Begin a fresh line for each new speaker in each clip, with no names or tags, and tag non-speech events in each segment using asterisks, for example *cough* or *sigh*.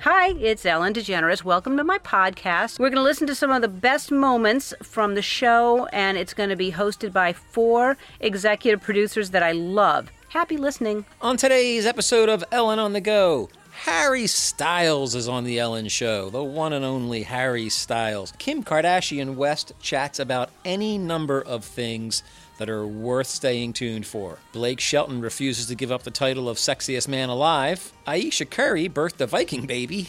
Hi, it's Ellen DeGeneres. Welcome to my podcast. We're going to listen to some of the best moments from the show, and it's going to be hosted by four executive producers that I love. Happy listening.
On today's episode of Ellen on the Go, Harry Styles is on The Ellen Show, the one and only Harry Styles. Kim Kardashian West chats about any number of things that are worth staying tuned for. Blake Shelton refuses to give up the title of Sexiest Man Alive. Aisha Curry birthed a Viking baby.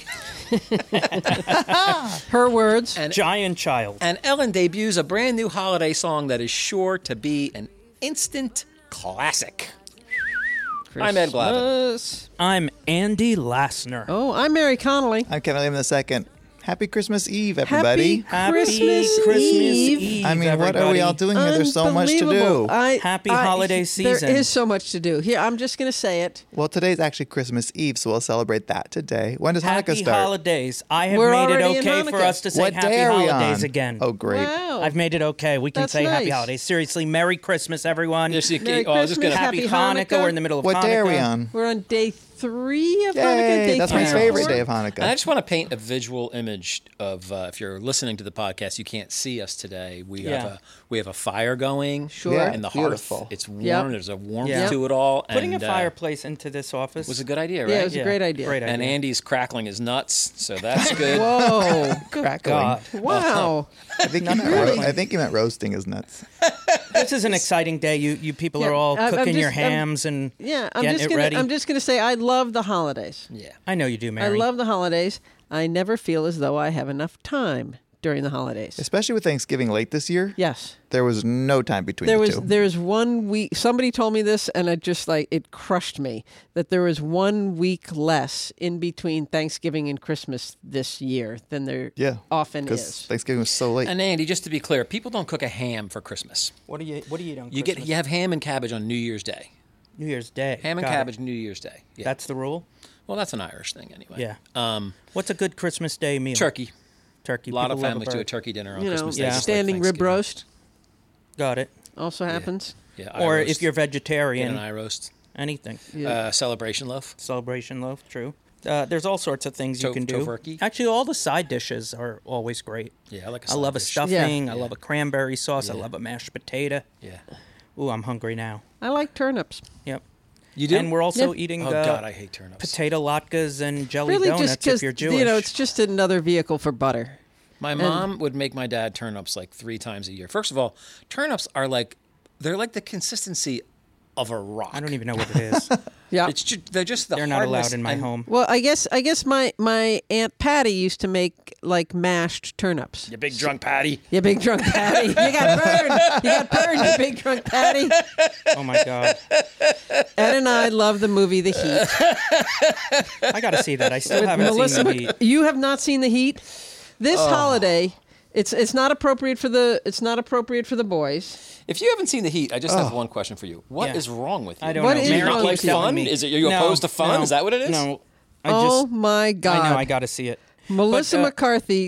Her words.
Giant child.
And Ellen debuts a brand new holiday song that is sure to be an instant classic. I'm Ed Glavin.
Christmas.
I'm Andy Lassner.
Oh, I'm Mary Connolly.
I'm Kevin Lehman the second. Happy Christmas Eve, everybody.
Happy
Christmas Eve.
I mean, what are we all doing here? There's so much to do.
Unbelievable. I-
Happy
I-
holiday season.
There is so much to do. Here, I'm just going to say it.
well, today's actually Christmas Eve, so we'll celebrate that today. When does
Happy
Hanukkah start?
holidays. I have
We're
made it
already in
okay for
Hanukkah.
us to say
what
happy
day are we
holidays
on?
again.
Oh, great.
Wow.
I've made it okay. We can
That's
say happy
nice.
holidays. Seriously, Merry Christmas, everyone.
Yes, you-
Merry
oh, I was just
Christmas.
gonna-
happy,
Happy
Hanukkah.
Hanukkah.
We're in the middle of
What
Hanukkah.
day are we on?
We're on day three of Hanukkah.
Yay,
Day
that's my
three or
favorite
four?
day of
And I
Hanukkah.
just want to paint a visual image of uh, if you're listening to the podcast, you can't see us today. We have
Yeah.
a we have a fire going,
Sure. Yeah,
in the
beautiful.
hearth. It's warm.
Yep.
There's a warmth
Yeah.
to it all.
Putting
and,
a
uh,
fireplace into this office
was a good idea, right?
Yeah, it was a great idea.
Great idea.
and Andy's crackling his nuts, so
*laughs*
that's good.
Whoa.
*laughs* Crackling.
God.
wow.
I think you meant ro- I think you meant roasting his nuts.
This is an exciting day. You you people
Yeah,
are all
I'm- I'm
cooking your
just- I'm-
hams and
Yeah, I'm
getting
just
it
gonna
ready.
I'm just gonna say I love the holidays.
yeah.
I know you do, Mary.
I love the holidays. I never feel as though I have enough time during the holidays.
Especially with Thanksgiving late this year.
Yes.
There was no time between
there
the
was
two.
there's one week somebody told me this and it just like it crushed me that there was one week less in between Thanksgiving and Christmas this year than there
yeah.
often
Because
is.
Thanksgiving was so late.
And Andy, just to be clear, people don't cook a ham for Christmas.
What do you What do you eat on
You
Christmas?
get you have ham and cabbage on New Year's Day.
New Year's Day.
Ham and
Got it.
cabbage New Year's Day. Yeah.
That's the rule.
well, that's an Irish thing anyway.
Yeah.
Um,
What's a good Christmas Day meal?
turkey.
Turkey.
A lot of
People love
families do a
bird.
turkey dinner on
you know,
Christmas Day.
Yeah.
just like
standing rib
Thanksgiving.
roast
Got it.
also happens.
Yeah, eye
Or
roast.
if you're
Get an
vegetarian,
eye roast,
anything.
uh, celebration loaf.
Celebration loaf. True. Uh, there's all sorts of things
To-
you can do.
tofurkey.
Actually, all the side dishes are always great.
Yeah, I like. a
I love a
side dish.
stuffing. I love a cranberry sauce. I love a mashed potato.
Yeah,
Ooh, I'm hungry now.
I like turnips.
Yep.
you do.
And we're also
Yeah.
eating
oh
uh,
god, I hate turnips.
potato latkes and jelly
Really
donuts
just
if
because
you're Jewish.
you know, it's just another vehicle for butter.
My mom would make my dad turnips like three times a year. First of all, turnips are like they're like the consistency of a rock.
I don't even know what it
*laughs*
is.
Yeah.
It's ju- they're just the
They're not allowed
hardness
in my
and-
home.
well, I guess I guess my my aunt Patty used to make like mashed turnips.
You big drunk patty.
You big drunk Patty. You got burned. You got burned, you big drunk Patty.
Oh my god,
*laughs*
Ed and I love the movie The Heat.
I gotta see that. I still
with
haven't
Melissa
seen the
Mc-
heat.
You have not seen the heat. This
Oh.
holiday, it's it's not appropriate for the it's not appropriate for the boys.
If you haven't seen the heat, I just have one question for you. What is
Yeah.
wrong with you?
I don't
What
know.
is
Do you
wrong
not like
with you?
fun? Is it are you
No,
opposed to fun?
no,
Is that what it is?
No, I
oh
just.
my God!
I know. I gotta see it.
Melissa
But, uh,
McCarthy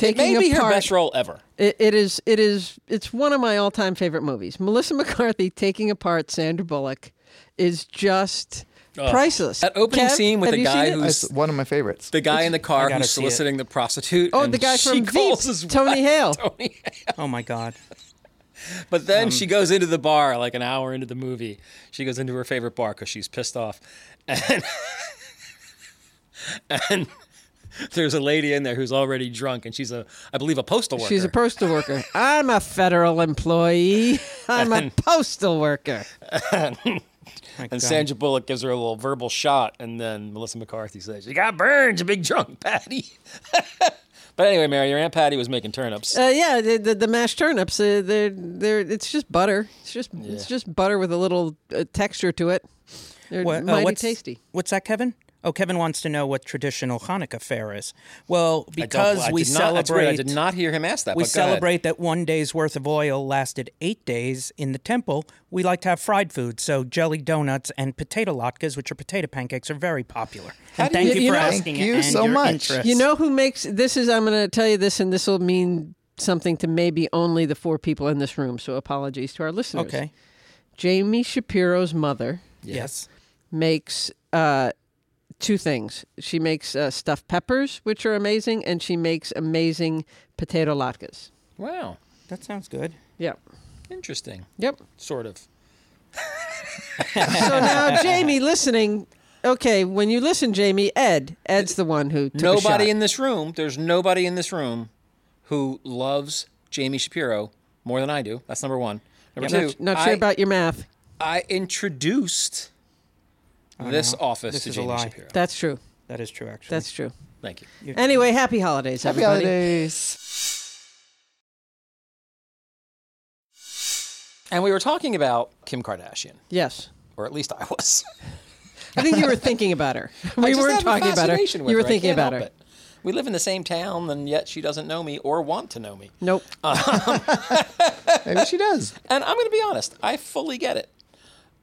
It may
taking
be her
apart.
best role ever.
it, it is it is it's one of my all time favorite movies. Melissa McCarthy taking apart Sandra Bullock is just priceless.
That opening
Kev,
scene with
have
the
you seen
guy
it?
who-
That's one of my favorites.
The guy in the car
gotta
who's
see it.
soliciting the prostitute.
Oh,
and
the guy
she
from
calls
Veep,
his
Tony Hale.
Tony.
Oh my god.
But then she goes into the bar like an hour into the movie. She goes into her favorite bar because she's pissed off, and *laughs* and there's a lady in there who's already drunk, and she's a, I believe, a postal worker.
She's a postal
*laughs*
worker. I'm a federal employee. I'm a postal worker.
My
and
God.
Sandra Bullock gives her a little verbal shot, and then Melissa McCarthy says, "You got burned, you big drunk Patty." *laughs* but anyway, Mary, your aunt Patty was making turnips.
Uh, yeah, the, the the mashed turnips. Uh, they're they're it's just butter. It's just it's just butter with a little uh, texture to it. They're
What- uh,
mighty
what's,
tasty.
What's that, Kevin? Oh, Kevin wants to know what traditional Hanukkah fare is. Well, because
I
we
did not- that's weird,
celebrate,
I did not hear him ask that.
we
but go ahead.
celebrate that one day's worth of oil lasted eight days in the temple. We like to have fried food, so jelly donuts and potato latkes, which are potato pancakes, are very popular. and
do
thank
you-
you,
you
for
know-
asking
Thank
it
you
and
so
your
much.
interest.
You know who makes this is I'm going to tell you this, and this will mean something to maybe only the four people in this room. So apologies to our listeners.
Okay.
Jamie Shapiro's mother
Yes.
makes uh, two things. She makes uh, stuffed peppers, which are amazing, and she makes amazing potato latkes.
Wow.
That sounds good.
Yep.
Interesting.
Yep.
Sort of. *laughs*
So now, Jamie, listening. Okay, when you listen, Jamie, Ed, Ed's the one who took
nobody
a shot.
in this room, there's nobody in this room who loves Jamie Shapiro more than I do. That's number one. Number
Not,
two,
not sure
I,
about your math.
I introduced this office
This
to
is a
Jamie
lie.
Shapiro.
That's true.
That is true, actually.
That's true.
Thank you.
Anyway, happy holidays,
Happy
everybody.
holidays.
And we were talking about Kim Kardashian,
Yes.
or at least I was.
I think you were thinking about her.
*laughs* I
*laughs* We
just
weren't
have a
talking about her.
fascination with
you were
I
thinking
can't
about her.
help it. We live in the same town, and yet she doesn't know me or want to know me.
Nope.
Uh,
Maybe she does.
And I'm going to be honest, I fully get it.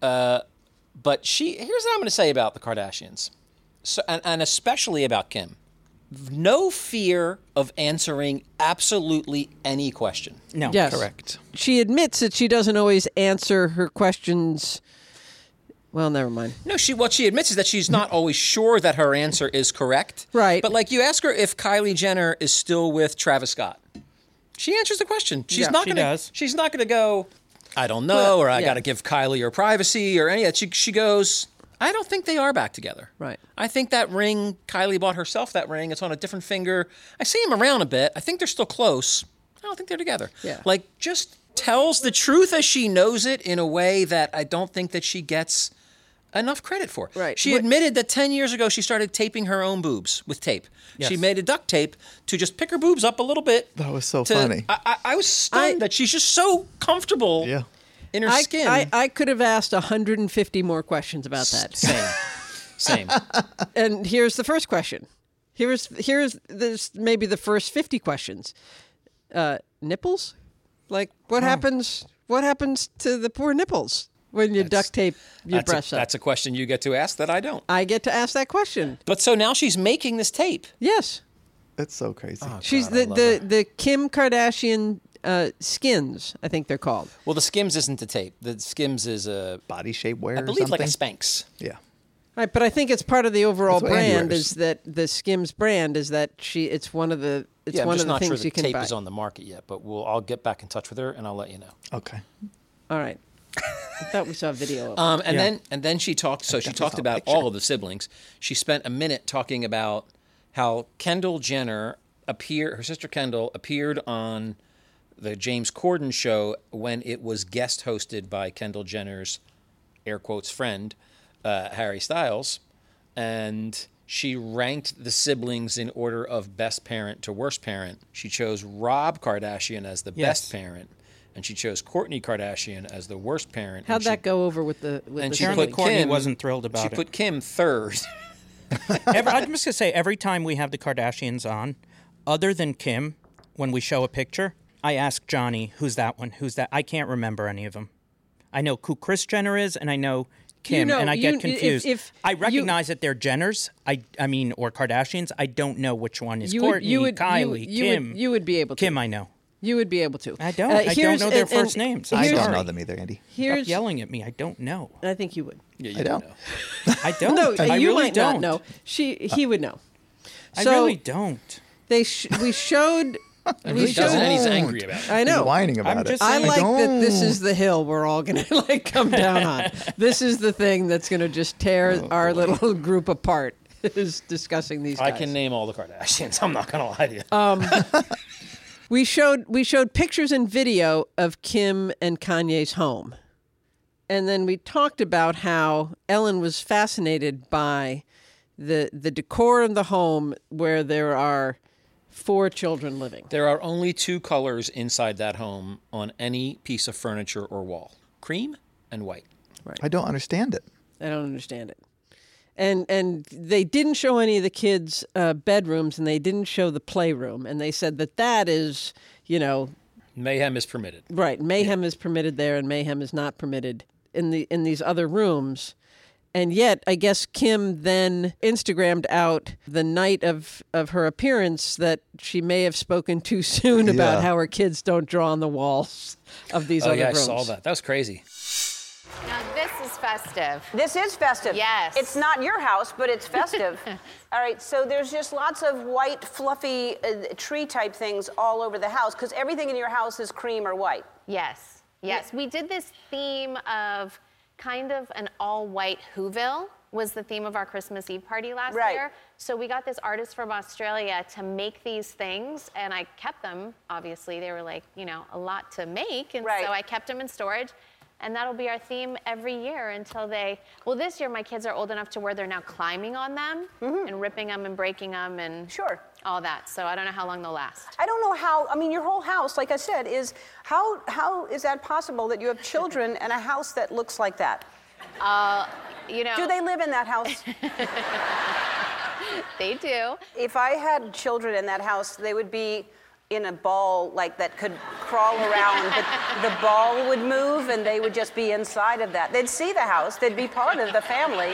Uh, but she, here's what I'm going to say about the Kardashians, so, and, and especially about Kim. No fear of answering absolutely any question.
no,
yes. *laughs*
correct.
She admits that she doesn't always answer her questions. Well, never mind.
No, she what she admits is that she's not always sure that her answer is correct.
Right.
But like you ask her if Kylie Jenner is still with Travis Scott. She answers the question. She's
Yeah,
not
she
gonna
does.
she's not gonna go, I don't know, or I
yeah.
gotta give Kylie her privacy or any of that. She she goes, I don't think they are back together.
Right.
I think that ring Kylie bought herself that ring, it's on a different finger. I see him around a bit. I think they're still close. I don't think they're together.
Yeah.
Like just tells the truth as she knows it in a way that I don't think that she gets enough credit for.
Right.
She
What-
admitted that 10 years ago she started taping her own boobs with tape. She made a duct tape to just pick her boobs up a little bit.
That was so
to-
funny.
I, I, I was stunned
I-
that she's just so comfortable
Yeah.
in her
I,
skin. *laughs*
I, I could have asked 150 more questions about that.
Same. Same.
And here's the first question. Here's here's this maybe the first 50 questions. Uh, nipples? Like
Oh.
what happens what happens to the poor nipples when you duct tape your
That's
breasts
a,
up?
that's a question you get to ask that I don't.
I get to ask that question.
But so now she's making this tape.
Yes.
That's so crazy.
Oh,
She's the, the, the Kim Kardashian uh, skins, I think they're called.
Well, the Skims isn't the tape. The Skims is a,
Body shape wear.
I believe,
or
like a
something.
Spanx.
Yeah.
Right, but I think it's part of the overall
That's what Andy
brand
wears.
is that the Skims brand is that she it's one of the it's
yeah, I'm
one
just
of the
not
things
sure the
you can
tape
buy.
is on the market yet, but we'll I'll get back in touch with her and I'll let you know.
Okay.
All right. I thought we saw a
*laughs*
video of it.
Um, and then and then she talked. So she talked about all of the siblings. She spent a minute talking about how Kendall Jenner appear her sister Kendall appeared on the James Corden show when it was guest hosted by Kendall Jenner's air quotes friend uh, Harry Styles, and she ranked the siblings in order of best parent to worst parent. She chose Rob Kardashian as the
Yes.
best parent. And she chose Courtney Kardashian as the worst parent. and
How'd
she
that go over with the with
and
the
she
family?
Apparently
put
Courtney
Kim,
wasn't thrilled about
she
it.
put Kim third. *laughs*
Every- I'm just gonna say every time we have the Kardashians on, other than Kim, when we show a picture, I ask Johnny, "Who's that one? Who's that?" I can't remember any of them. I know who Chris Jenner is, and I know Kim,
know-
and I
you-
get
if-
confused.
if
I
you-
recognize that they're Jenners. I, I mean, or Kardashians. I don't know which one is
You would-
Courtney,
you would- you-
Kylie,
you would-
Kim.
you would be able to.
Kim, I know.
you would be able to. Uh,
I don't. I don't
here's-
know their
and-
first
and
names.
I
I'm
here's-
don't
sorry.
know them either, Andy.
Stop
Here's
yelling at me. I don't know.
I think you would.
I don't.
I don't.
*laughs* No,
I
you
really
might
don't
not know. She he would know.
I
So
really don't.
they sh-
*laughs*
we showed we
He doesn't, and
showed
he's
don't.
angry about it.
I know.
He's whining about
just
it.
I
saying-
like that
don't.
this is the hill we're all gonna *laughs* like come down on. this is the thing that's gonna just tear our little *laughs* group apart. Is discussing these.
I
guys.
can name all the Kardashians. *laughs* I'm not going to lie to you.
Uh,
We showed we showed pictures and video of Kim and Kanye's home. And then we talked about how Ellen was fascinated by the the decor in the home where there are four children living.
there are only two colors inside that home on any piece of furniture or wall cream and white.
I don't understand it.
I don't understand it. And and they didn't show any of the kids' uh, bedrooms and they didn't show the playroom and they said that that is, you know,
Mayhem is permitted.
Right. Mayhem is permitted there and mayhem is not permitted in the in these other rooms. And yet, I guess Kim then Instagrammed out the night of, of her appearance that she may have spoken too soon about
Yeah.
how her kids don't draw on the walls of these
Oh,
other
yeah, I
rooms.
saw that. That was crazy.
Now Uh, this is festive.
This is festive.
Yes.
It's not your house, but it's festive. all right, so there's just lots of white, fluffy uh, tree type things all over the house because everything in your house is cream or white.
Yes, yes. We did this theme of kind of an all-white Whoville was the theme of our Christmas Eve party last
Right.
year. So we got this artist from Australia to make these things, and I kept them. Obviously, they were like you know a lot to make, and
Right.
so I kept them in storage. And that'll be our theme every year until they. Well, this year my kids are old enough to where they're now climbing on them and ripping them and breaking them and
Mm-hmm. Sure.
all that. So I don't know how long they'll last.
I don't know how. I mean, your whole house, like I said, is how how is that possible that you have children and a house that looks like that?
You know,
Do they live in that
*laughs*
house?
they do.
if I had children in that house, they would be in a ball like that could crawl around, but the ball would move and they would just be inside of that. They'd see the house, they'd be part of the family,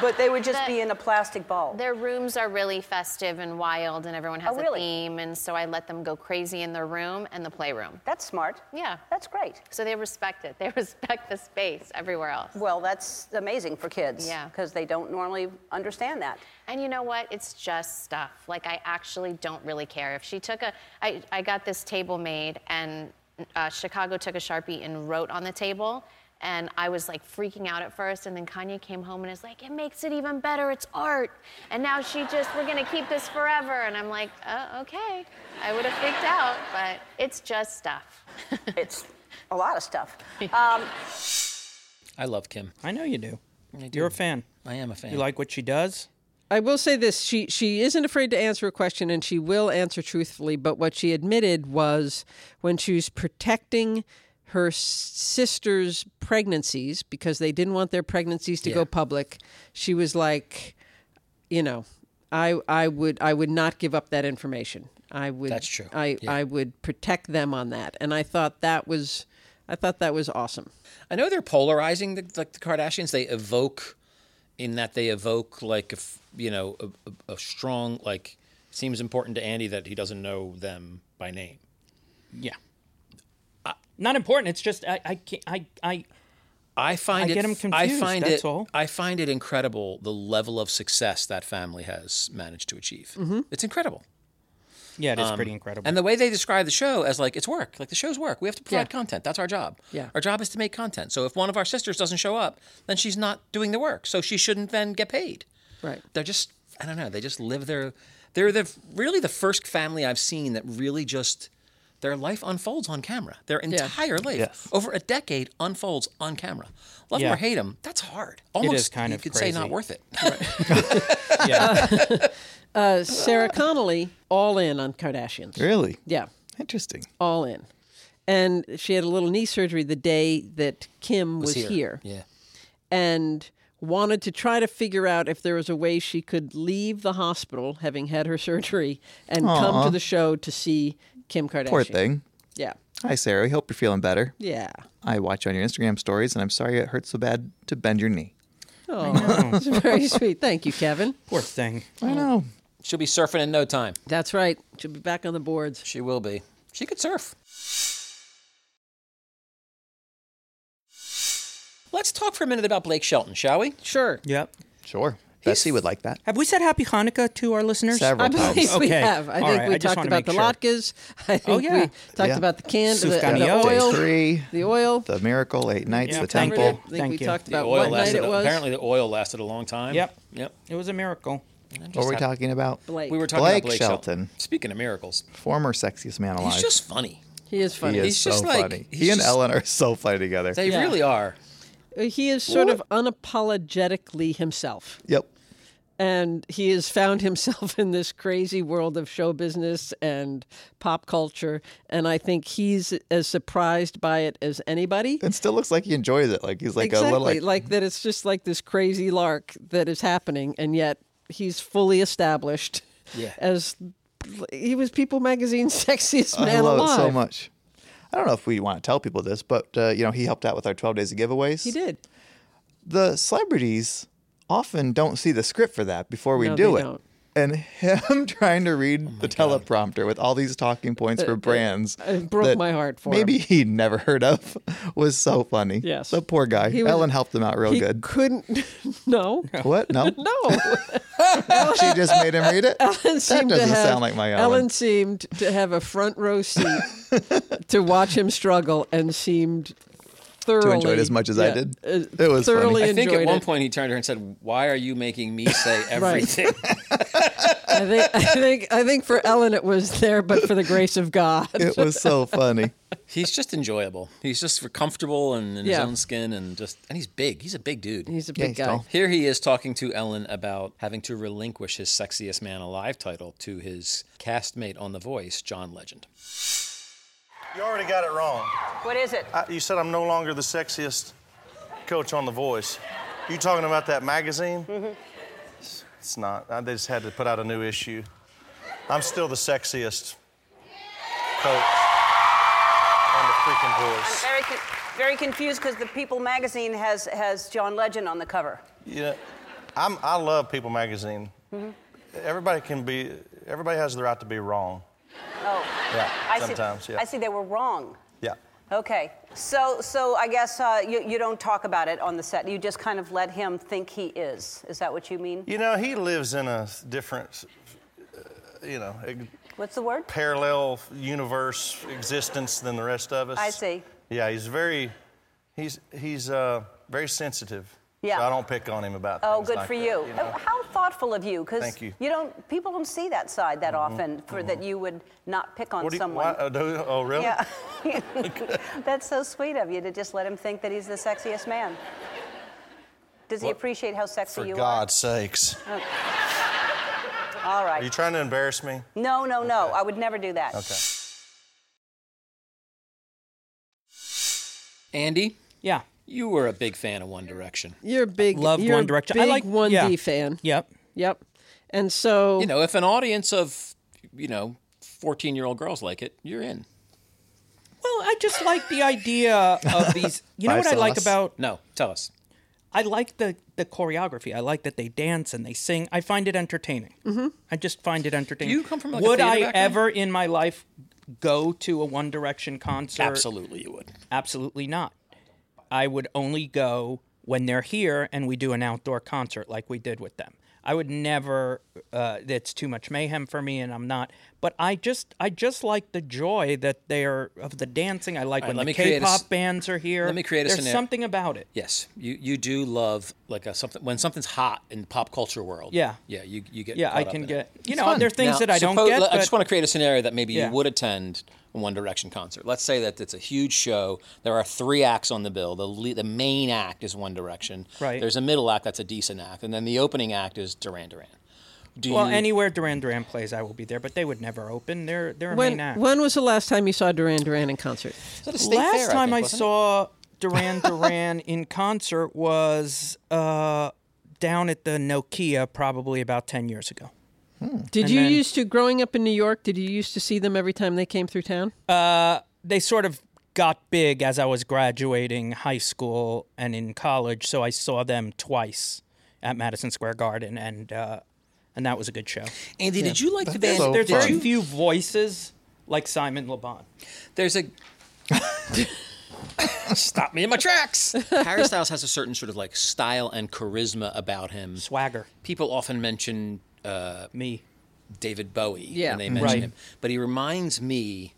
but they would just
The-
be in a plastic ball.
Their rooms are really festive and wild, and everyone has
Oh, really?
a theme, and so I let them go crazy in their room and the playroom.
That's smart.
Yeah.
That's great.
So they respect it. They *laughs* respect the space everywhere else.
Well, that's amazing for kids.
Yeah.
Because they don't normally understand that.
And you know what? It's just stuff. Like I actually don't really care. If she took a, I, I got this table made, and uh, Chicago took a sharpie and wrote on the table. And I was like freaking out at first, and then Kanye came home and is like, "It makes it even better. It's art." And now she just, "We're gonna keep this forever." And I'm like, "Oh, okay." I would have freaked out, but it's just stuff.
It's a lot
*laughs*
of stuff. Um,
I love Kim.
I know you do. You're a fan.
I am a fan.
You like what she does?
I will say this: she she isn't afraid to answer a question, and she will answer truthfully. But what she admitted was when she was protecting her s- sister's pregnancies because they didn't want their pregnancies to go public. She was like, you know, I I would I would not give up that information. I would.
That's true.
I I would protect them on that, and I thought that was I thought that was awesome.
I know they're polarizing, the, like the Kardashians. They evoke, in that they evoke like if you know a, a, a strong like. Seems important to Andy that he doesn't know them by name.
Yeah. Uh, Not important. It's just I I can't, I I
I find
I
it.
get 'em
I
confused,
find
that's
it.
all.
I find it incredible the level of success that family has managed to achieve.
Mm-hmm.
It's incredible.
yeah. It is pretty incredible.
Um, And the way they describe the show as like it's work, like the show's work. We have to provide
Yeah.
content. That's our job.
Yeah.
Our job is to make content. So if one of our sisters doesn't show up, then she's not doing the work. So she shouldn't then get paid.
Right.
They're just I don't know, they just live their they're the really the first family I've seen that really just their life unfolds on camera. Their entire life
Yes.
over a decade unfolds on camera. Love 'em
Yeah.
or hate them, that's hard. Almost
kind
you
of
could say
crazy.
not
*laughs*
worth it. *laughs*
yeah. *laughs*
Uh, Sarah Connolly, all in on Kardashians.
Really?
Yeah. Oh,
Interesting.
all in. And she had a little knee surgery the day that Kim was, here.
Yeah.
and wanted to try to figure out if there was a way she could leave the hospital, having had her *laughs* surgery, and come to the show to see Kim Kardashian.
Poor thing.
Yeah.
Hi, Sarah. We hope you're feeling better.
Yeah.
I watch on your Instagram stories, and I'm sorry it hurts so bad to bend your knee.
Oh, *laughs* it's very sweet. Thank you, Kevin.
Poor thing.
I know.
She'll be surfing in no time.
That's right. She'll be back on the boards.
She will be. She could surf. Let's talk for a minute about Blake Shelton, shall we?
Sure.
Yep.
Sure. Bessie would like that.
Have we said Happy Hanukkah to our listeners?
Several
I believe
times.
we
Okay.
have. I
All
think
right.
we
I just
talked
wanna
about
make
the
sure.
latkes. I think
Oh, yeah.
we talked
Yeah.
about the can, the, the- the
Sufganiotes.
oil,
Three,
the oil.
the miracle, eight nights,
Yeah,
the
thank
Remember?
temple.
I think
Thank
we
you.
talked
The
about what night it was.
Apparently, the oil lasted a long time.
Yep.
Yep.
It was a miracle.
What were we talking about?
Blake.
We were talking
Blake
about Blake Shelton.
Shelton.
Speaking of miracles,
Former sexiest man alive.
he's just funny.
He is funny.
he is
he's
so
just like-
funny.
he's
he and
just-
Ellen are *laughs* so funny together.
They
Yeah.
really are.
He is sort of unapologetically himself.
yep.
And he has found *laughs* himself in this crazy world of show business and pop culture. And I think he's as surprised by it as anybody.
And still looks like he enjoys it. Like he's like
exactly.
a little like,
that it's just like this crazy lark that is happening. And yet he's fully established
Yeah.
as he was People Magazine's *laughs* sexiest man
I love
alive.
it so much. I don't know if we want to tell people this, but uh, you know, he helped out with our 12 days of giveaways.
He did.
The celebrities often don't see the script for that before we
No,
do
they
it.
don't.
and him *laughs* trying to
Oh
read the teleprompter with all these talking points for brands.
Uh, it broke
that
my heart for
Maybe
him.
he never heard of *laughs* was so funny.
Yes.
The poor guy.
was-
Ellen helped him out real
he
good.
couldn't. *laughs* No.
What? No.
*laughs* No.
She just made him read it?
*laughs* Ellen
that
seemed to
doesn't
have-
sound like my Ellen.
Ellen seemed to have a front row
*laughs*
seat to watch him struggle and seemed thoroughly
To enjoy it as much as I
yeah,
did.
uh,
It was funny.
thoroughly
I think at
enjoyed
one
it.
point he turned to her and said, "Why are you making
*laughs*
me say everything?"
*laughs*
I think, I think I think for Ellen it was there, but for the grace of God.
It was so funny.
He's just enjoyable. He's just comfortable and in
Yeah.
his own skin, and just and he's big. He's a big
*laughs*
dude.
He's a
Yeah,
big
he's
guy.
tall.
Here he is talking to Ellen about having to relinquish his sexiest man alive title to his castmate on The Voice, John Legend.
You already got it wrong.
What is it?
I, you said I'm no longer the sexiest coach on The Voice. You talking about that magazine? It's not. I, they just had to put out a new issue. I'm still the sexiest coach on The freaking Voice.
Very, con- very confused because the People magazine has has John Legend on the cover.
You know, I'm, I love People magazine. Everybody can be, everybody has the right to be wrong.
Oh,
Yeah,
I
sometimes,
see.
yeah.
I see. They were wrong.
Yeah.
Okay, so so I guess uh, you you don't talk about it on the set. You just kind of let him think he is. Is that what you mean?
You know, he lives in a different, uh, you know, ex-
What's the word?
parallel universe existence than the rest of us.
I see.
Yeah, he's very, he's he's uh, very sensitive.
Yeah.
So I don't pick on him about.
Oh,
things
good
like
for
that,
you. *laughs*
know.
How thoughtful of you, because
Thank you. Mm-hmm.
don't people don't see that side that often. For that you would not pick on
What do you,
someone.
why- oh, do- oh, really?
*laughs*
*laughs*
Yeah. That's so sweet of you to just let him think that he's the sexiest man. Does he
What-
appreciate how sexy
For
you
God's sakes.
are? All
Are you
right.
trying to embarrass me?
No, no, no. I would never do that.
Okay.
Andy,
Yeah.
you were a big fan of One Direction.
You're a big
Love
you're
One
a
Direction.
Big
I like
one
yeah.
D fan.
Yep.
Yep. And so
You know, if an audience of, you know, 14 year old girls like it, you're in.
Well, I just like the idea
*laughs*
of these. You know
Five
what I like
sauce.
about
No, tell us.
I like the the choreography. I like that they dance and they sing. I find it entertaining. Mm-hmm. I just find it entertaining.
You come from, like, a
would
theater
I
background?
ever in my life go to a One Direction concert?
Absolutely, you would.
Absolutely not. I would only go when they're here and we do an outdoor concert like we did with them. I would never. Uh, it's too much mayhem for me, and I'm not. But I just, I just like the joy that they're of the dancing. I like
right,
when
let
the
me create a s-
K-pop bands are here.
let me create a
There's
scenario.
something about it.
Yes, you you do love like a something when something's hot in pop culture world.
Yeah.
yeah, you you get.
Yeah, I
caught up
can
in
get.
It.
You know, there are things that I don't
suppose-
get.
I
but-
just want to create a scenario that maybe
Yeah.
you would attend a One Direction concert. Let's say that it's a huge show. There are three acts on the bill. The le- the main act is One Direction.
Right.
There's a middle act that's a decent act, and then the opening act is Duran Duran. Do
well,
you,
anywhere Duran Duran plays, I will be there. But they would never open. They're they're a
when
main act.
when was the last time you saw Duran Duran in concert?
is that a state
Last
fair,
time
think,
I,
wasn't it?
saw Duran Duran in concert was uh, down at the Nokia, probably about ten years ago.
Did you
then-
used to growing up in New York? Did you used to see them every time they came through town?
They sort of got big as I was graduating high school and in college, so I saw them twice at Madison Square Garden, and uh, and that was a good show.
Andy, did you like the band?
so
There's
fun.
very few voices like Simon LeBon.
There's
*laughs*
a. Stop me in my tracks. Harry Styles has a certain sort of like style and charisma about him.
Swagger,
People often mention uh,
me.
David Bowie
Yeah.
when they mention
Right.
him, but he reminds me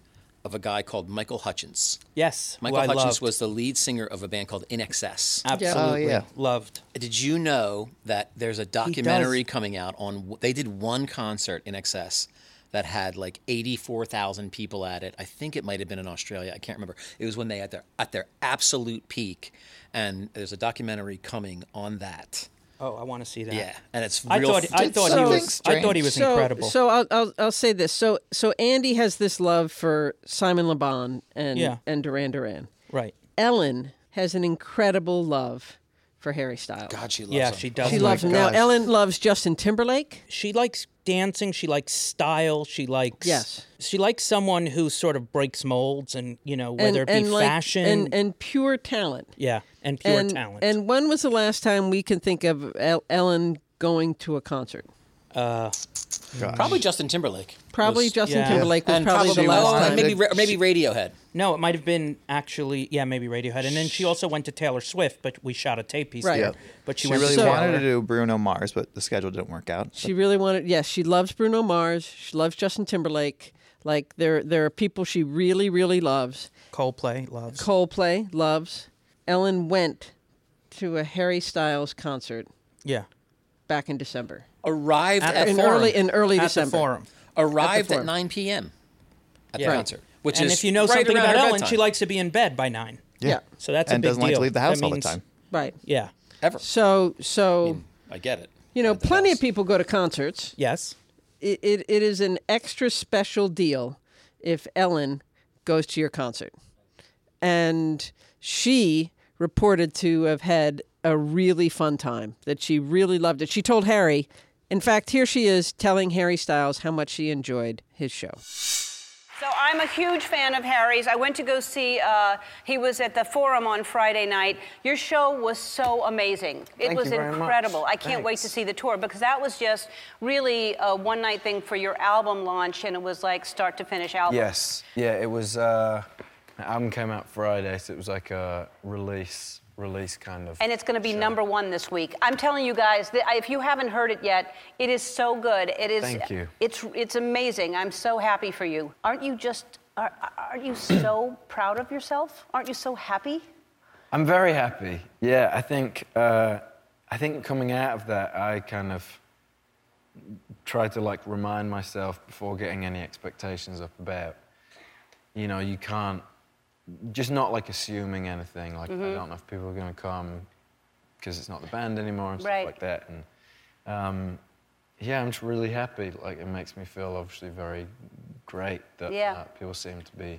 of a guy called Michael Hutchins.
Yes, who
Michael
I
Hutchins
loved.
was the lead singer of a band called In Excess.
absolutely
Oh, yeah.
loved.
Did you know that there's a documentary coming out on? They did one concert in excess that had like 84,000 people at it. I think it might have been in Australia. I can't remember. It was when they at their at their absolute peak, and there's a documentary coming on that.
Oh, I want to see that.
Yeah, and it's real.
I thought I
Did
thought he
something
was I thought he was
so,
incredible.
So I'll, I'll I'll say this. So so Andy has this love for Simon Le Bon and
Yeah.
and Duran Duran.
right.
Ellen has an incredible love for Harry Styles.
God, she loves
Yeah,
him.
she does.
she
like-
loves him. Now
gosh.
Ellen loves Justin Timberlake.
She likes dancing, she likes style, she likes
Yes.
She likes someone who sort of breaks molds and, you know, whether
and,
it be
and like-
fashion
and and pure talent.
yeah, and pure
and,
talent.
And when was the last time we can think of El- Ellen going to a concert?
Probably Justin Timberlake.
Probably
was-
Justin
yeah.
Timberlake was
and
probably
probably,
the last
oh, and
time.
maybe Ra- or maybe Radiohead.
No, it might have been actually, yeah, maybe Radiohead. And then she also went to Taylor Swift, but we shot a tape piece
Right.
there.
Yeah.
But she,
She
went
really
to Taylor.
wanted to do Bruno Mars, but the schedule didn't work out.
She really wanted. Yes, she loves Bruno Mars. She loves Justin Timberlake. Like there, there are people she really, really loves.
Coldplay loves.
Coldplay loves. Ellen went to a Harry Styles concert
yeah.
back in December.
Arrived at,
in
Forum.
early in early
At
December.
the forum.
arrived at,
Forum.
9 p.m. at
Yeah.
the concert, which
and
is
if you know
right
something
around
about
her
Ellen,
bedtime.
she likes to be in bed by nine.
Yeah.
So that's a
and
big
doesn't like
deal.
to leave
That
the house all the
means-
time.
Right.
Yeah.
ever.
So so
I get it.
you know,
At the
plenty
house.
of people go to concerts.
Yes.
It, it it is an extra special deal if Ellen goes to your concert, and she reported to have had a really fun time. That she really loved it. She told Harry. In fact, here she is telling Harry Styles how much she enjoyed his show.
So I'm a huge fan of Harry's. I went to go see. Uh, he was at the Forum on Friday night. Your show was so amazing. It
Thank
was
you very much.
incredible. I can't wait to
Thanks.
see the tour because that was just really a one night thing for your album launch, and it was like start to finish album.
Yes. Yeah, it was. Uh, the album came out Friday, so it was like a release, release kind of.
And it's going to be
show.
number one this week. I'm telling you guys, that if you haven't heard it yet, it is so good. It is.
Thank you.
It's it's amazing. I'm so happy for you. Aren't you just? Are, aren't you so proud of yourself? Aren't you so happy?
I'm very happy. Yeah, I think. Uh, I think coming out of that, I kind of tried to like remind myself before getting any expectations up about, you know, you can't just not like assuming anything. Like
Mm-hmm.
I don't know if people are going to come because it's not the band anymore and stuff
Right.
like that. And um, yeah, I'm just really happy. Like it makes me feel obviously very great that
Yeah.
uh, people seem to be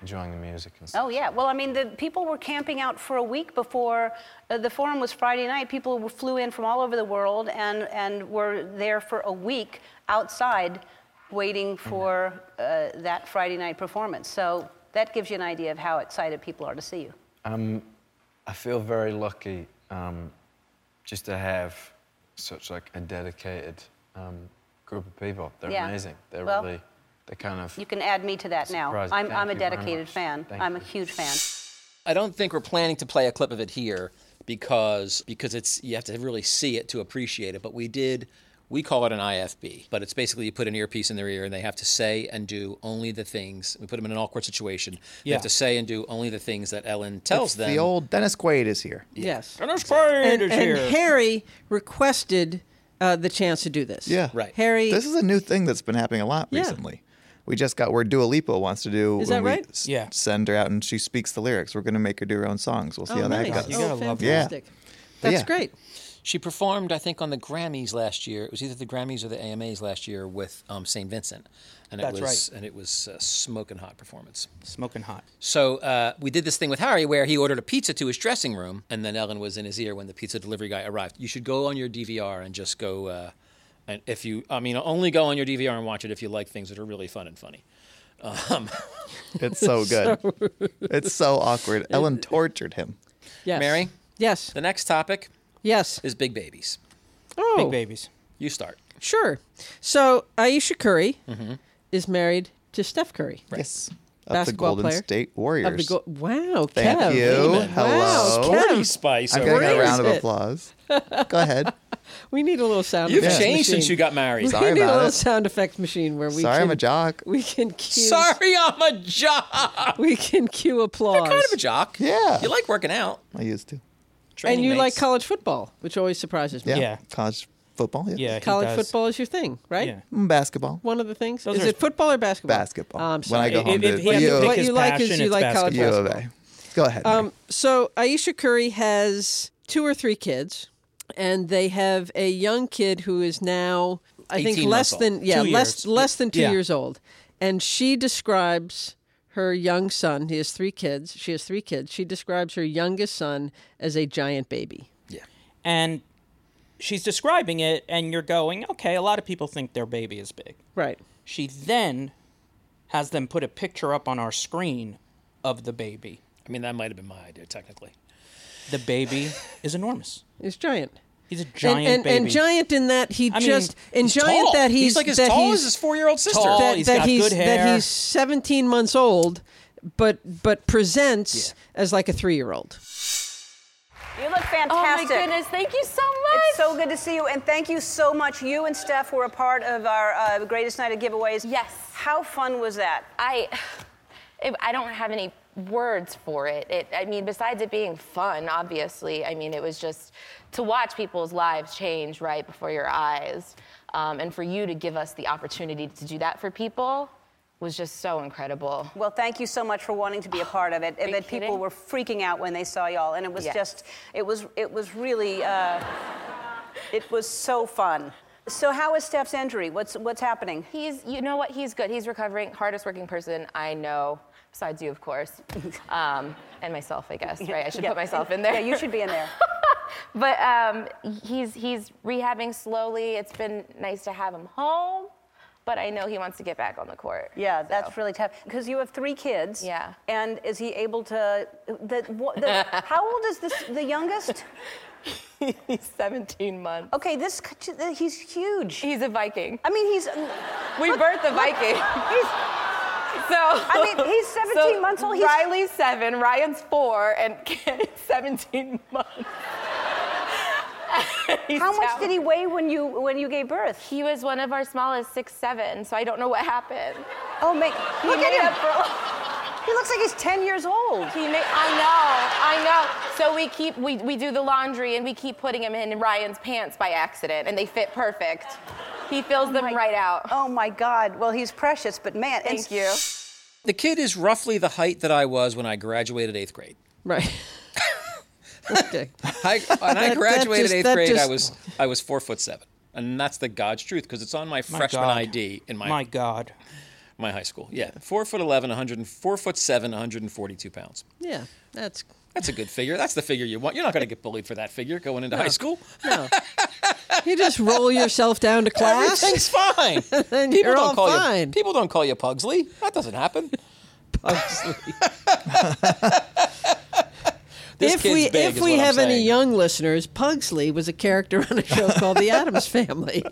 enjoying the music and stuff.
Oh yeah. Well, I mean, the people were camping out for a week before uh, the forum was Friday night. People were, flew in from all over the world and and were there for a week outside, waiting for uh, that Friday night performance. So that gives you an idea of how excited people are to see you.
I feel very lucky um, just to have such like a dedicated um, group of people. They're
Yeah.
amazing. They're
Well,
really, they're kind of.
You can add me to that now.
Surprised.
I'm,
Thank
I'm a
you very
dedicated
much.
fan.
Thank
I'm a
you.
huge fan.
I don't think we're planning to play a clip of it here because because it's you have to really see it to appreciate it. But we did we call it an IFB, but it's basically you put an earpiece in their ear and they have to say and do only the things. We put them in an awkward situation. They
Yeah.
have to say and do only the things that Ellen tells them.
The old Dennis Quaid is here.
Yes.
Dennis Quaid
And,
is
and
here.
Harry requested uh, the chance to do this.
Yeah.
Right.
Harry.
This is a new thing that's been happening a lot
Yeah.
recently. We just got where Dua Lipa wants to do.
Is
when
that
we
right?
s-
Yeah.
Send her out and she speaks the lyrics. We're going to make her do her own songs. We'll see
oh,
how
nice.
that goes.
You
oh,
gotta love that.
fantastic.
Yeah.
That's
Yeah.
great.
She performed, I think, on the Grammys last year. It was either the Grammys or the AMAs last year with um, St. Vincent, and it
That's
was
right.
and it was a smoking hot performance.
Smoking hot.
So uh, we did this thing with Harry where he ordered a pizza to his dressing room, and then Ellen was in his ear when the pizza delivery guy arrived. You should go on your DVR and just go, uh, and if you, I mean, only go on your DVR and watch it if you like things that are really fun and funny.
It's so good.
*laughs*
it's so awkward. Ellen tortured him.
Yes.
Mary,
Yes.
the next topic
Yes.
is big babies.
Oh,
Big babies.
You start.
sure. So Aisha Curry
Mm-hmm.
is married to Steph Curry.
Yes. Of
Basketball
the Golden
player.
State Warriors.
Of the go- wow,
Thank
Kev.
you. Hello.
Wow, Kev.
Pretty spice.
I'm
over
going to get a
there.
Warriors
round of
hit. *laughs*
applause. Go ahead.
We need a little sound.
You've
effects
changed since
machine.
you got married.
Sorry
we need a
about
little
it.
sound effects machine where we
Sorry,
can,
I'm a jock.
We can
*laughs*
cue.
Sorry, I'm a jock.
We can cue applause.
You're kind of a jock.
Yeah.
You like working out.
I used to.
and
training
you like
mates.
college football, which always surprises me.
Yeah.
Yeah.
College football. Yeah.
Yeah. he
College
does.
football is your thing, right?
Yeah.
Mm, Basketball.
One of the things.
Those
is
are-
it football or basketball?
Basketball.
Oh, I'm
When
sorry.
I go home
If, if
to
he had
U-
to pick
What
his
you like is
passion,
you
it's
like college
basketball.
U of A. Go ahead.
Um, so Aisha Curry has two or three kids, and they have a young kid who is now I think
18
less
months
than yeah
Two
less
years.
less than two
Yeah.
years old, and she describes her young son. He has three kids. She has three kids. She describes her youngest son as a giant baby.
And she's describing it, and you're going, okay, a lot of people think their baby is big.
Right.
She then has them put a picture up on our screen of the baby.
I mean, that might have been my idea, technically.
*laughs*
The baby is enormous.
It's giant.
He's a giant
and, and,
baby.
and giant in that he
I mean,
just in
he's
giant
tall.
that he's,
like as
that
tall
he's,
as his four-year-old sister.
Tall.
that,
he's
that
got
he's
good
that
hair.
he's 17 months old but but presents as like a 3-year-old.
You look
Oh my
fantastic.
goodness, thank you so much.
It's so good to see you, and thank you so much. You and Steph were a part of our uh, greatest night of giveaways.
Yes.
How fun was that?
I *sighs* it, I don't have any words for it. it. I mean, besides it being fun, obviously, I mean, it was just to watch people's lives change right before your eyes. Um, and for you to give us the opportunity to do that for people was just so incredible.
Well, thank you so much for wanting
*sighs*
to be a part of it. And
you
that people
kidding?
were freaking out when they saw y'all, and it was
Yes.
just, it was, it was really, uh, it was so fun. So, how is Steph's injury? What's what's happening?
He's, you know what? He's good. He's recovering, hardest working person I know, besides you, of
*laughs*
course, um, and myself, I guess. Right? I should
Yeah.
put myself in there.
Yeah, you should be
*laughs*
in there.
But um, he's he's rehabbing slowly. It's been nice to have him home, but I know he wants to get back on the court.
Yeah,
so.
that's
*laughs*
really tough because you have three kids.
Yeah.
And is he able to? The, what,
*laughs*
the, how old is this? The youngest?
he's 17 months.
Okay, this he's huge.
He's a Viking.
I mean, he's.
We birthed a Viking.
He's,
*laughs* So
I mean, he's
*laughs*
17 months old. He's-
Riley's seven, Ryan's four, and Ken's *laughs* 17
*laughs*
months. *laughs* He's
how much
down.
did he weigh when you when you gave birth?
He was one of our smallest, six seven. So I don't know what happened.
Oh, make,
He
look
made
at
up
him.
for a-
He looks like he's 10 years old.
He may, I know, I know. So we keep we, we do the laundry and we keep putting him in Ryan's pants by accident, and they fit perfect. He fills them right out.
Oh my God. Well, he's precious, but man, and-
Thank you.
The kid is roughly the height that I was when I graduated eighth grade. *laughs*
Right. okay.
I,
*laughs*
when I
that
graduated
just-
eighth
that
grade, I
just-
was I was four foot seven, and that's the God's truth because it's on my,
My
freshman
God.
ID in my
My God.
my high school. Yeah, four foot eleven, 100, four foot seven, 142 pounds.
Yeah. That's
That's a good figure. That's the figure you want. You're not going to get bullied for that figure going into high school.
no. you just roll yourself down to class.
Everything's fine.
*laughs* Then
people
you're
don't
all
call you
fine.
people don't call you Pugsley. That doesn't happen.
Pugsley.
*laughs* This
if
kid's
we
big
if
is
we
what I'm
have any
saying.
young listeners, Pugsley was a character on a show
*laughs*
called The Adams Family.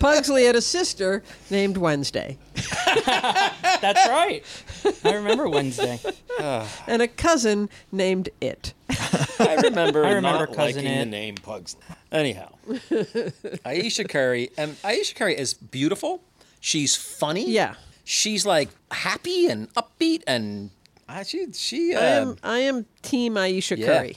Pugsley had a sister named Wednesday
That's right. I remember *laughs* Wednesday.
and a cousin named It.
I remember,
I remember
not
cousin
liking
Ed.
the name Pugsley.
*laughs*
Anyhow, Aisha Curry, and Aisha Curry is beautiful. She's funny.
Yeah.
She's like happy and upbeat, and uh, she she. Uh,
I am I am Team Aisha
yeah.
Curry.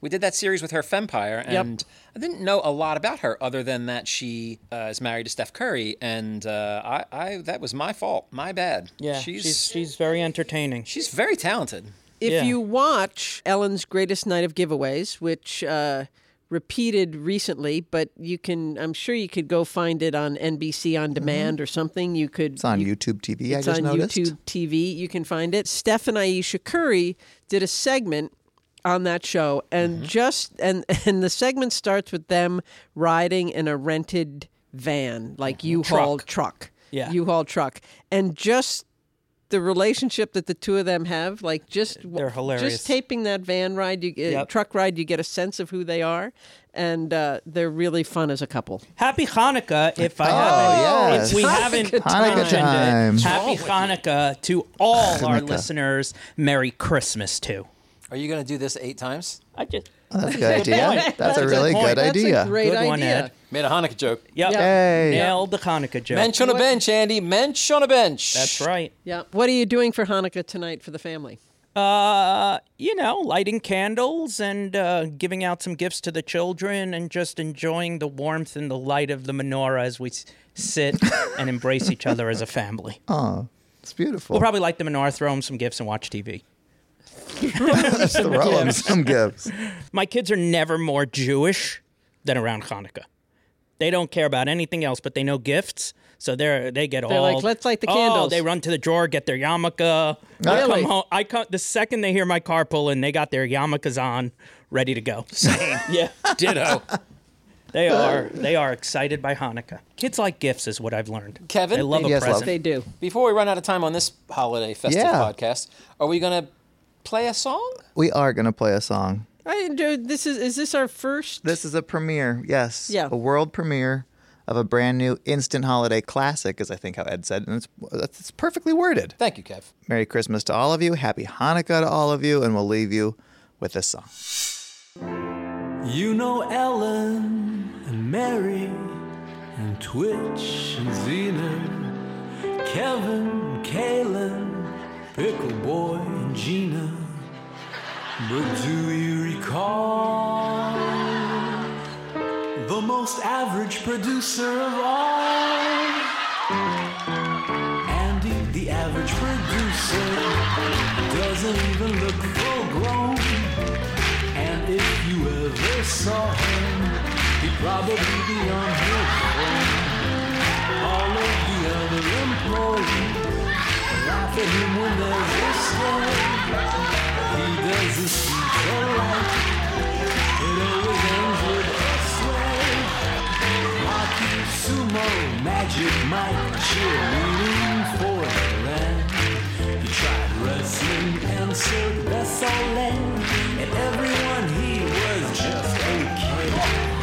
We did that series with her Fempire, and I didn't know a lot about her other than that she uh, is married to Steph Curry, and uh, I, I that was my fault, my bad.
Yeah, she's she's, very entertaining.
she's very talented.
If
Yeah.
you watch Ellen's Greatest Night of Giveaways, which uh, repeated recently, but you can, I'm sure you could go find it on NBC on demand or something. You could.
It's on YouTube TV, I
It's
just
on
noticed.
YouTube TV. You can find it. Steph and Aisha Curry did a segment on that show, and
Mm-hmm.
just and *laughs* and the segment starts with them riding in a rented van, like U-Haul truck.
Mm-hmm. Yeah.
U-Haul truck, and just the relationship that the two of them have, like just
They're hilarious.
Just taping that van ride, you get,
Yep.
truck ride, you get a sense of who they are, and uh, they're really fun as a couple.
Happy Hanukkah, if I haven't.
Oh, yes.
If we
Hanukkah
haven't
time.
mentioned it.
Hanukkah time.
Happy Hanukkah to all our
Hanukkah.
listeners. Merry Christmas too.
Are you going to do this eight times?
I just
Oh, That's a good idea. That's a really
point.
good
That's a
idea.
That's a great
Good
idea.
one, Ed.
Made a Hanukkah joke.
yep.
Yay.
nailed the Hanukkah joke.
Mensch on a bench, Andy. Mensch on a bench.
That's right.
Yeah. What are you doing for Hanukkah tonight for the family?
Uh, you know, lighting candles and uh, giving out some gifts to the children, and just enjoying the warmth and the light of the menorah as we s- sit and embrace each other as a
*laughs*
family.
Oh. It's beautiful.
We'll probably light the menorah, throw them some gifts, and watch TV.
Just throw them
*laughs*
some gifts.
My kids are never more Jewish than around Hanukkah. They don't care about anything else, but they know gifts, so they're they get
They're
all.
like, "Let's light the
Oh,
candles."
they run to the drawer, get their yarmulke. I
Really?
come home. I come the second they hear my car pull in, they got their yarmulkes on, ready to go. Same. *laughs* yeah,
Ditto.
they are. They are excited by Hanukkah. Kids like gifts, is what I've learned.
Kevin?
they love
They
a
just love
present.
They do.
Before we run out of time on this holiday festive
Yeah.
podcast, are we going to play a song?
We are going to play a song.
I enjoyed. This is is this our first?
This is a premiere, yes.
Yeah.
A world premiere of a brand new instant holiday classic, is I think how Ed said, and it's that's it's perfectly worded.
Thank you, Kev.
Merry Christmas to all of you. Happy Hanukkah to all of you, and we'll leave you with this song.
You know Ellen and Mary and Twitch and Xena, Kevin, Kalen, Pickle Boy and Gina. But do you recall the most average producer of all? Andy, the average producer, doesn't even look full grown. And if you ever saw him, he'd probably be on his phone. All of the other employees laugh at him when there's a snow. He doesn't seem to like it. It always ends with a sway. Hockey, sumo, magic Mike, cheerleading for the land. He tried wrestling and Cirque du Soleil, and everyone he was just okay.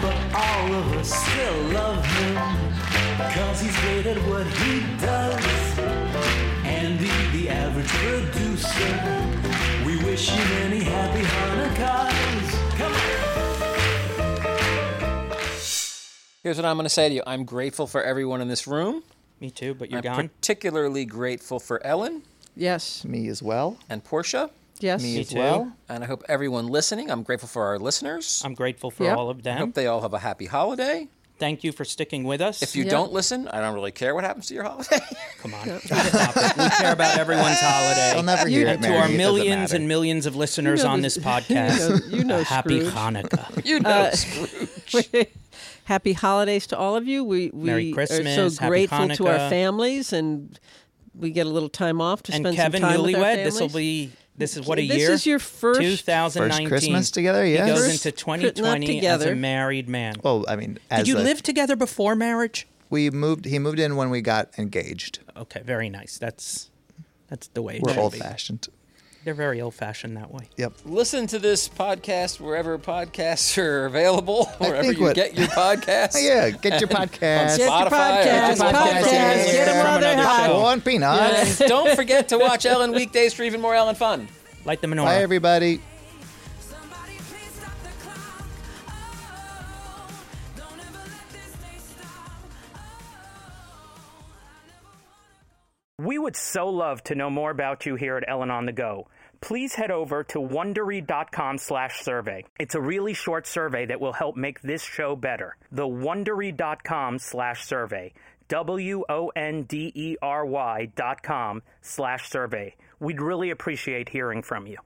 But all of us still love him, cause he's great at what he does. Andy, the average producer, we wish you many happy Hanukkahs. Come on!
Here's what I'm going to say to you I'm grateful for everyone in this room.
Me too, but you're
I'm
gone.
particularly grateful for Ellen
Yes.
Me as well.
and Portia.
Yes.
Me, as
too.
well.
And I hope everyone listening, I'm grateful for our listeners.
I'm grateful for
Yep.
all of
I hope
them.
they all have a happy holiday.
Thank you for sticking with us.
If you
Yeah.
don't listen, I don't really care what happens to your holiday. *laughs*
Come on, stop it. We care about everyone's holiday.
I'll never hear it,
and to
Mary.
our
It doesn't
millions
matter.
and millions of listeners
know
on
this- *laughs*
this podcast,
you know
a happy
Scrooge. *laughs*
Hanukkah.
you know,
Happy holidays to all of you. We we
Merry
are
Christmas,
so
Happy
grateful to our
Hanukkah.
families, and we get a little time off to
and
spend
Kevin
some time with our
Newlywed, this will
families.
be this is what a
This
year.
is your first-
2019
First Christmas together, yes.
He goes
First
into
Christmas
2020 as
together.
a married man.
Well, I mean, as
Did you
a-
live together before marriage?
We moved. He moved in when we got engaged.
Okay, very nice. That's that's the way it
We're
should
old
be.
fashioned.
They're very old fashioned that way.
Yep.
listen to this podcast wherever podcasts are available, wherever
think
you
*laughs*
what-
get your podcasts.
Oh, Yeah. Get your podcast.
Get your
Spotify or
podcast,
Apple
podcast,
Podcasts.
get 'em
From
while they're
another
hot.
show.
Go on, peanuts.
And don't forget to watch Ellen weekdays for even more Ellen fun.
Light the menorah.
Bye, everybody.
Somebody please stop the clock. Oh, don't ever let this day stop. Oh,
We would so love to know more about you here at Ellen on the Go. Please head over to wondery.com slash survey. It's a really short survey that will help make this show better. The wondery.com slash survey. W O N D E R Y dot com slash survey. We'd really appreciate hearing from you.